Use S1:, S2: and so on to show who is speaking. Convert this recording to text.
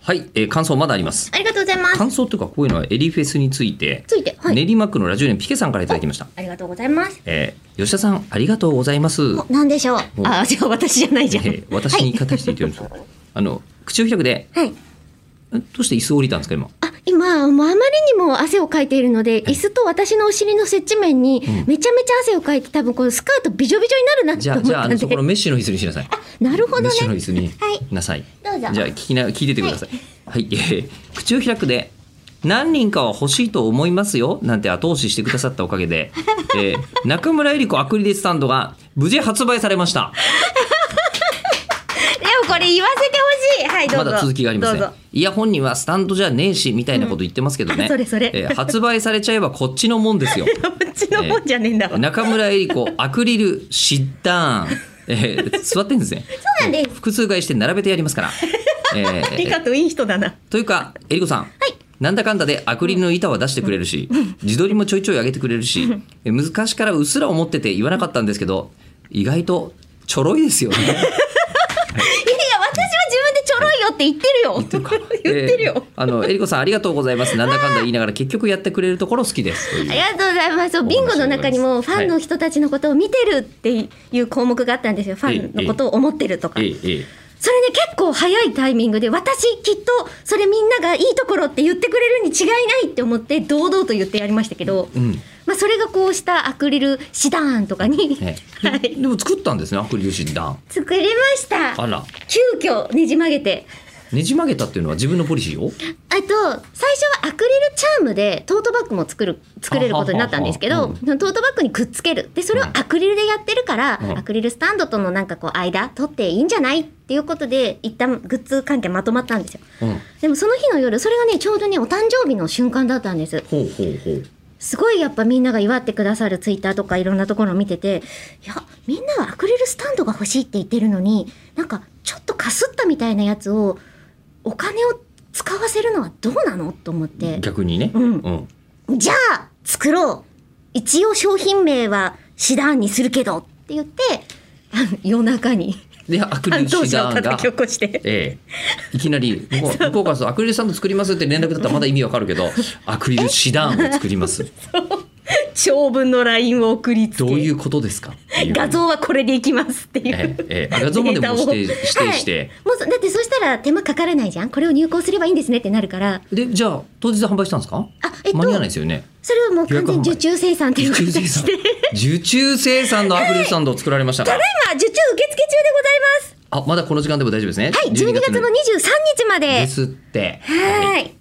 S1: はい、えー感想まだあります。
S2: ありがとうございます。
S1: 感想というか、こういうのはエリフェスについて、
S2: ついて、はい。
S1: 練馬区のラジオネームピケさんからいただきました。
S2: ありがとうございます。
S1: えー吉田さん、ありがとうございます。
S2: おなんでしょう。
S1: お
S2: あ、違う、私じゃないじゃん。
S1: えー私に言い方して言ってるんですよ。あの、口を開くで、
S2: はい。
S1: んどうして椅子を降りたんですか、今。
S2: あ、今、もうあまりにも汗をかいているので、椅子と私のお尻の接地面に
S1: ん、
S2: めちゃめちゃ汗をかいて、多分このスカートびちょびちょになるな
S1: じ
S2: と
S1: ゃあ、
S2: 思っ
S1: じゃあ、
S2: た
S1: あ
S2: ん
S1: の
S2: で。
S1: そこのメッシュの椅子にしなさい。
S2: なるほ
S1: メ
S2: どね
S1: ッ。シュの椅子に
S2: はい。
S1: なさい。
S2: どうぞ
S1: じゃあ、聞きな、聞いててください。はい、えー口を開くで、何人かは欲しいと思いますよなんて後押ししてくださったおかげで、えー中村江里子アクリルスタンドが無事発売されました。
S2: でもこれ言わせてほしい。はい、どう
S1: ま
S2: ぞ。
S1: だ続きがありますね
S2: どうぞ。
S1: いや本人はスタンドじゃねえしみたいなこと言ってますけどね、
S2: うんそれそれ
S1: えー発売されちゃえばこっちのもんです よ
S2: こっちのもんじゃねえんだわ。
S1: 中村江里子アクリルシッターン、えー座ってんですね
S2: そうなんです
S1: えー複数買いして並べてやり ますから、えー
S2: ありがとう、いい人だな。
S1: というか江里子さん、なんだかんだでアクリルの板は出してくれるし、自撮りもちょいちょい上げてくれるし、えー昔からうっすら思ってて言わなかったんですけど意外とちょろいですよね
S2: いやいや、私は自分でちょろいよって言ってるよ。 言ってるか
S1: えー
S2: よ。
S1: あの江里子さんありがとうございますなんだかんだ言いながら結局やってくれるところ好きですという
S2: ありがとうございます。そうビンゴの中にもファンの人たちのことを見てるっていう項目があったんですよ。ファンのことを思ってるとか。そ
S1: え
S2: れ
S1: え
S2: ね
S1: ええ
S2: 結構早いタイミングで私きっとそれみんながいいところって言ってくれるに違いないって思って堂々と言ってやりましたけど、
S1: ん
S2: まあそれがこうしたアクリルシダーンとかに、
S1: ええ
S2: は
S1: で
S2: い
S1: でも作ったんですねアクリル紙段
S2: 作りました。
S1: あら
S2: 急遽ねじ曲げて。
S1: ねじ曲げたっていうのは自分のポリシーを
S2: あと最初はアクリルチャームでトートバッグも作る作れることになったんですけ
S1: はは
S2: ど
S1: はは
S2: そのトートバッグにくっつけるでそれをアクリルでやってるから、
S1: うん
S2: アクリルスタンドとのなんかこう間取っていいんじゃないっていうことで一旦グッズ関係まとまったんですよ
S1: うん
S2: でもその日の夜それがねちょうどねお誕生日の瞬間だったんです
S1: ほうほうほう
S2: すごいやっぱみんなが祝ってくださるツイッターとかいろんなところを見てていやみんなはアクリルスタンドが欲しいって言ってるのになんかちょっとかすったみたいなやつをお金を使わせるのはどうなのと思って
S1: 逆にね
S2: うん
S1: うん
S2: じゃあ作ろう一応商品名はシダーンにするけどって言ってあの夜中に
S1: でアクリ
S2: 担
S1: ル
S2: 当
S1: 紙
S2: 者を
S1: 段が
S2: 叩き起こして
S1: ええいきなり向こう向こうからするとアクリルスタンド作りますって連絡だったらまだ意味わかるけ どアクリル紙段を作ります
S2: 長文の LINE を送りつけ
S1: どういうことですかっていう
S2: 画像はこれでいきますってい
S1: え
S2: う、
S1: えええあ画像までもう指定
S2: データを
S1: 指定して、
S2: はいもうそだってそしたら手間かからないじゃんこれを入稿すればいいんですねってなるから
S1: でじゃあ当日販売したんですか
S2: あえっと
S1: 間に合わないですよね
S2: それをもう完全に受注生産という
S1: 受注生
S2: 形
S1: 産
S2: で
S1: 受注生産のアクリルスタンドを作られましたか
S2: ただいま受注受付中でございます
S1: あまだこの時間でも大丈夫ですね
S2: はい12月の23日まで
S1: ですって
S2: はい